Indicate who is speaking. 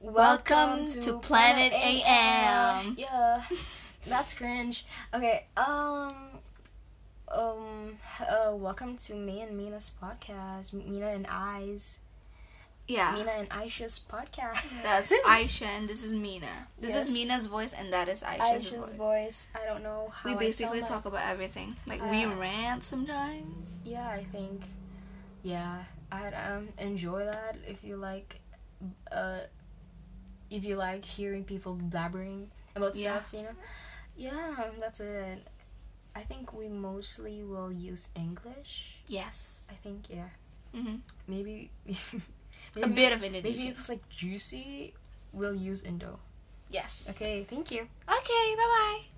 Speaker 1: Welcome to Planet AM.
Speaker 2: Yeah, that's cringe. Okay, um, um, uh, welcome to me and Mina's podcast. Mina and I's,
Speaker 1: Yeah.
Speaker 2: Mina and Aisha's podcast.
Speaker 1: Ah. That's Aisha and this is Mina. This
Speaker 2: Yes.
Speaker 1: is Mina's voice and that is Aisha's,
Speaker 2: Aisha's
Speaker 1: voice.
Speaker 2: voice. Oh, I don't know how
Speaker 1: We
Speaker 2: I
Speaker 1: basically
Speaker 2: sound,
Speaker 1: talk about everything. Like we
Speaker 2: Uh,
Speaker 1: rant sometimes.
Speaker 2: but- Yeah, I think. Yeah, I'd um enjoy that if you like, uh, if you like hearing people blabbering about
Speaker 1: Yeah.
Speaker 2: stuff, you know. Yeah, um, that's it. I think we mostly will use English.
Speaker 1: Yes.
Speaker 2: I think yeah.
Speaker 1: hmm
Speaker 2: Maybe,
Speaker 1: A
Speaker 2: maybe-
Speaker 1: bit of
Speaker 2: Maybe
Speaker 1: Indonesian.
Speaker 2: it's like juicy. We'll use Indo.
Speaker 1: Yes.
Speaker 2: Okay, thank you.
Speaker 1: Okay. Bye bye.